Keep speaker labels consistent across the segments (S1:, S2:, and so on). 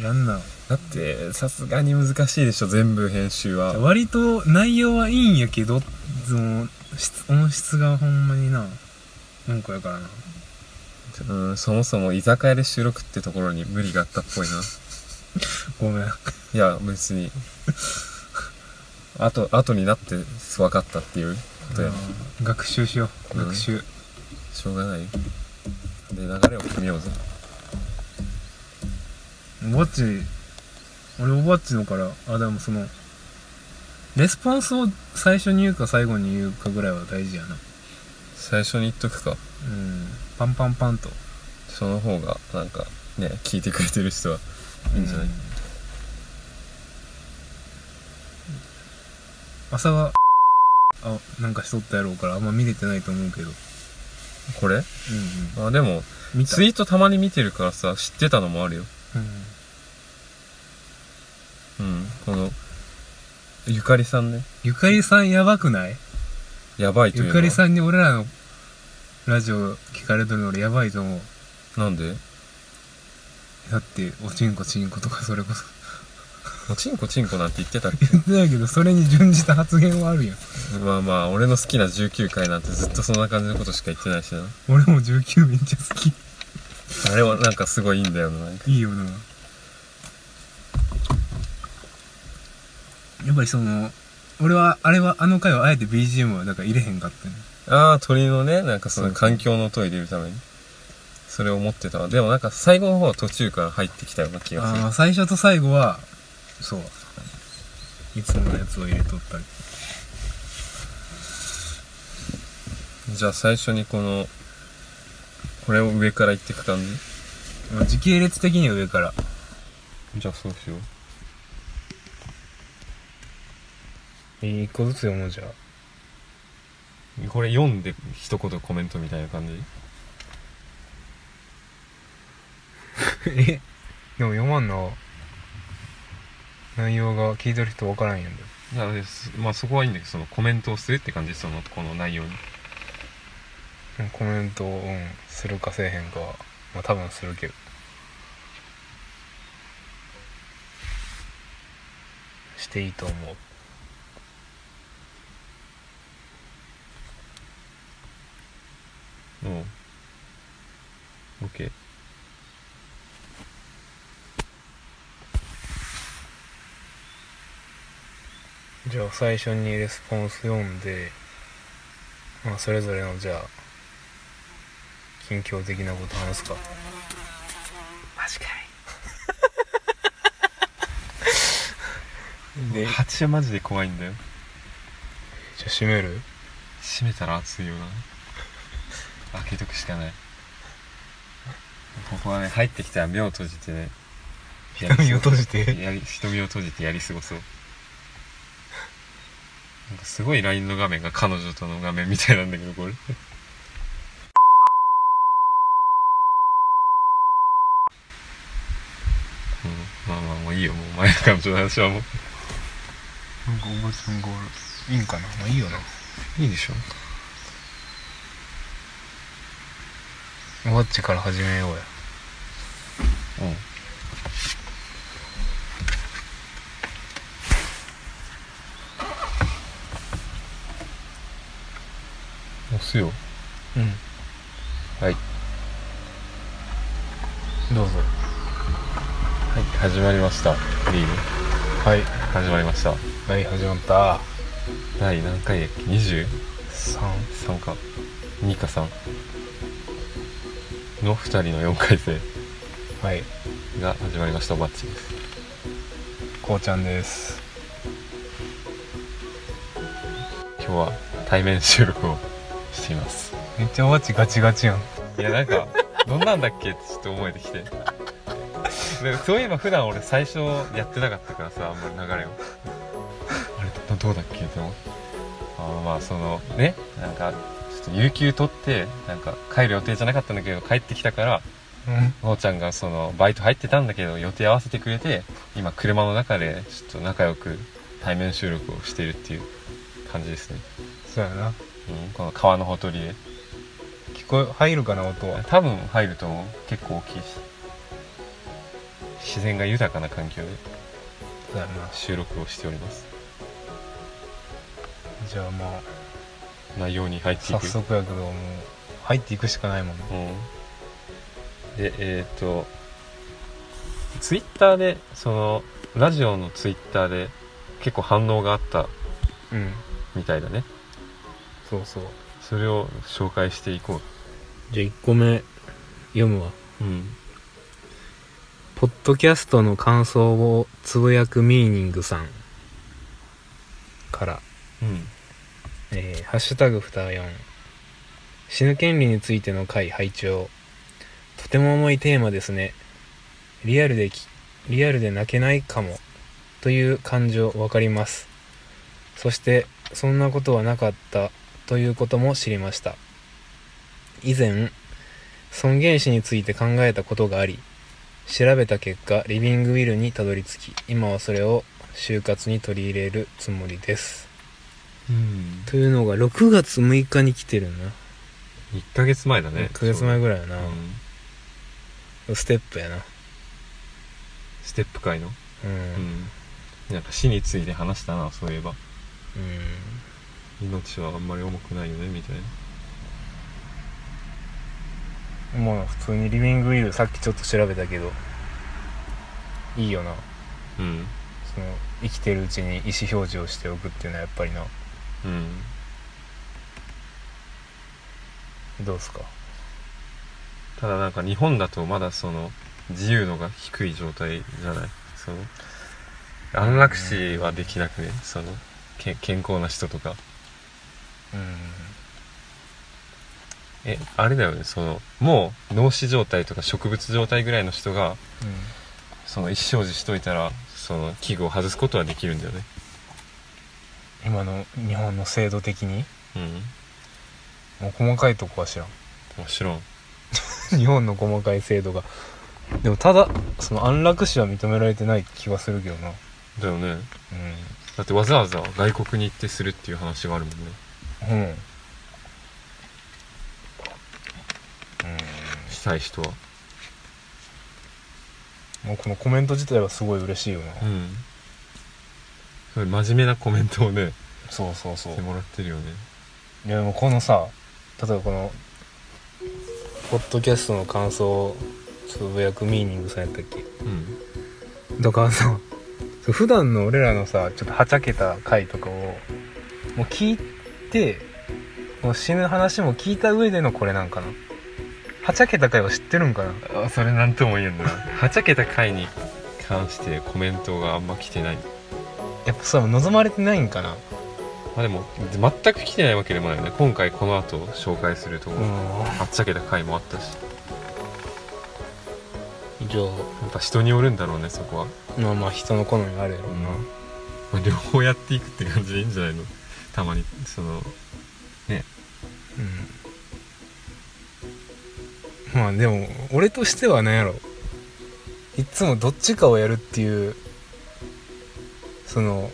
S1: やんな
S2: だってさすがに難しいでしょ全部編集は
S1: 割と内容はいいんやけどその質音質がほんまにな文句やからな
S2: うんそもそも居酒屋で収録ってところに無理があったっぽいな
S1: ごめん
S2: いや別に後後になって分かったっていうことやな
S1: うん学習しよう
S2: うん
S1: 学習、
S2: しょうがないよで流れを決めようぜ
S1: おばっち俺おばっちのからあでもそのレスポンスを最初に言うか最後に言うかぐらいは大事やな
S2: 最初に言っとくか
S1: うんパンパンパンと
S2: その方がなんかね聞いてくれてる人はいいんじゃない、
S1: うん朝はあなんかしとったやろうからあんま見れてないと思うけど
S2: これ
S1: うんうん
S2: あでも
S1: 見た
S2: ツイートたまに見てるからさ知ってたのもあるよ
S1: うん
S2: うんこのゆかりさんね
S1: ゆかりさんやばくない
S2: やばいという
S1: ゆ
S2: のは
S1: かりさんに俺らのラジオ聞かれとるの俺やばいと思う
S2: なんで
S1: だっておちんこちんことかそれこ そ
S2: もうチンコチンコなんて言ってたっけ
S1: 言ってないけどそれに準じた発言はあるやん
S2: まあまあ俺の好きな19回なんてずっとそんな感じのことしか言ってないしな
S1: 俺も19めっちゃ好き
S2: あれはなんかすごいいいんだよななんか
S1: いいよなやっぱりその俺はあれはあの回はあえて BGM はだから入れへんかったね
S2: ああ鳥のねなんかそ
S1: そ
S2: の
S1: う
S2: 環境の音を入れるためにそれを持ってたわでもなんか最後の方は途中から入ってきたような気がす
S1: ああ
S2: る
S1: ー最初と最後はそういつものやつを入れとったり
S2: じゃあ最初にこのこれを上から行ってく感じ
S1: まあ時系列的には上から
S2: じゃあそうしよう
S1: 一個ずつ読もうじゃ
S2: これ読んで一言コメントみたいな感じ
S1: えでも読まんの内容が聞いてる人分からんやんだよ
S2: いやですまあそこはいいんだけどそのコメントをするって感じそのこの内容に
S1: うんコメントを、うん、するかせえへんかはまあ多分するけどしていいと思う
S2: うん OK
S1: じゃあ最初にレスポンス読んで、まあ、それぞれのじゃあ近況的なこと話すかマジかい でじゃ
S2: 蜂はマジで怖いんだよ
S1: あ閉める
S2: 閉めたら熱いよな開けとくしかないここはね入ってきたら目を閉じてねやり過ご
S1: 瞳を閉じて
S2: やり瞳を閉じてやり過ごそうなんかすごい LINE の画面が彼女との画面みたいなんだけどこれうんまあまあもういいよもう前の彼女の話はも
S1: なんかおばちゃんがいいんかなまあいいよな
S2: ういいでしょ
S1: おばっちから始めようや
S2: うん押すよ
S1: うん
S2: はい
S1: どうぞ
S2: はい始まりましたリーグ
S1: はい
S2: 始まりました
S1: はい始まった
S2: 第何回だっけ23
S1: 3
S2: か2か3の2人の4回生
S1: はい
S2: が始まりましたバッチです
S1: こうちゃんです
S2: 今日は対面収録をしています
S1: めっちゃおばっちガチガチやん
S2: いやなんかどんなんだっけってちょっと思えてきてでそういえば普段俺最初やってなかったからさあんまり流れをあれどどうだっけって思ってあまあそのねなんかちょっと有給取ってなんか帰る予定じゃなかったんだけど帰ってきたから
S1: うん
S2: のーちゃんがそのバイト入ってたんだけど予定合わせてくれて今車の中でちょっと仲良く対面収録をしているっていう感じですね、
S1: そうやな
S2: うん、この川のほとりで
S1: 聞こえ入るかな音は
S2: 多分入ると思う結構大きいし自然が豊かな環境で
S1: そうやな
S2: 収録をしております
S1: じゃあまあ
S2: 内容に入ってい
S1: 早
S2: く
S1: 速やけどもう入っていくしかないもんね
S2: うん、でえっ、とツイッターでそのラジオのツイッターで結構反応があった
S1: うん
S2: みたいだね
S1: そうそう
S2: それを紹介していこ
S1: じゃあ1個目読むわ
S2: う、うん、
S1: ポッドキャストの感想をつぶやくミーニングさんから
S2: うん
S1: えーハッシュタグふた4死ぬ権利についての回拝聴とても重いテーマですねリアルできリアルで泣けないかもという感情わかりますそしてそんなことはなかったということも知りました以前尊厳死について考えたことがあり調べた結果リビングウィルにたどり着き今はそれを就活に取り入れるつもりです
S2: うん、
S1: というのが6月6日に来てるな、
S2: 1ヶ月前だね
S1: 1ヶ月前ぐらいやな
S2: ら、うん、
S1: ステップやな
S2: ステップ界の、
S1: うん
S2: う、
S1: うん
S2: ん、なんか死について話したなそういえば命はあんまり重くないよねみたいな
S1: もう普通にリビングウィルさっきちょっと調べたけどいいよな
S2: うん
S1: その生きてるうちに意思表示をしておくっていうのはやっぱりな
S2: うん
S1: どうすか
S2: ただなんか日本だとまだその自由度が低い状態じゃないその安楽死はできなくねそのけ健康な人とか
S1: うん
S2: えあれだよねそのもう脳死状態とか植物状態ぐらいの人がその一生児しといたらその器具を外すことはできるんだよね
S1: 今の日本の制度的に
S2: うん
S1: もう細かいとこは知らん
S2: もちろん
S1: 日本の細かい制度がでもただその安楽死は認められてない気がするけどな
S2: だよね
S1: うん
S2: だってわざわざ外国に行ってするっていう話があるもんね
S1: うん。うん。
S2: したい人は
S1: もうこのコメント自体はすごい嬉しいよな。
S2: うんそれ真面目なコメントをね
S1: そうそうそう
S2: して。もらってるよね
S1: いやでもこのさ、例えばこの、ポッドキャストの感想をつぶやくミーニングさんやったっけ
S2: うん
S1: だからさ、そう普段の俺らのさ、ちょっとはちゃけた回とかを、もう聞いて、もう死ぬ話も聞いた上でのこれなんかな。はちゃけた回は知ってるんかな
S2: あそれなんとも言えんなはちゃけた回に関してコメントがあんま来てない
S1: やっぱさ、望まれてないんかな
S2: まあでも全く来てないわけでもないよね今回この後紹介すると、
S1: ん。
S2: はっちゃけた回もあったし
S1: じゃあ
S2: やっぱ人によるんだろうねそこは、
S1: まあまあ人の好みがあるやろうな、
S2: まあ、両方やっていくって感じでいいんじゃないのたまにその
S1: うん、まあでも俺としては何やろいっつもどっちかをやるっていうその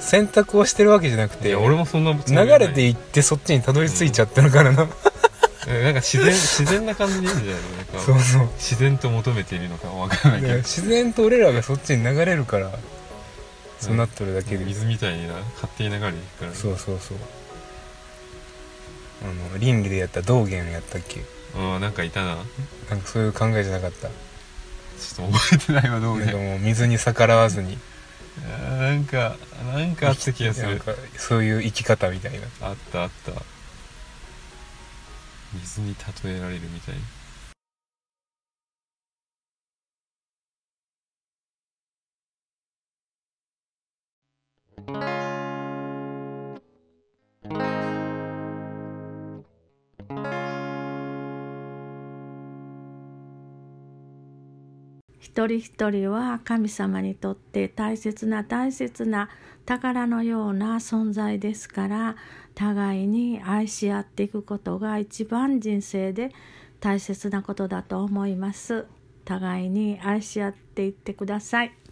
S1: 選択をしてるわけじゃなく
S2: い
S1: て
S2: や俺もそんなつもり
S1: 流
S2: はない
S1: れていってそっちにたどり着いちゃってるからな、
S2: えなんか自然自然な感じでいいんじゃないのなんか
S1: そうそう
S2: 自然と求めているのかわからないけ
S1: で自然と俺らがそっちに流れるからそうなっとるだけ
S2: ど
S1: で、
S2: 水みたいにな勝手に流れていくからね
S1: そうそうそうあの倫理でやった道元やったっけ
S2: うんなんかいたな
S1: なんかそういう考えじゃなかった
S2: ちょっと覚えてないわどう
S1: なんか
S2: ね
S1: もう水に逆らわずに
S2: なんかなんかあった気がす
S1: なん
S2: る
S1: かそういう生き方みたいな
S2: あったあった水に例えられるみたい
S3: 一人一人は神様にとって大切な大切な宝のような存在ですから互いに愛し合っていくことが一番人生で大切なことだと思います互いに愛し合っていってください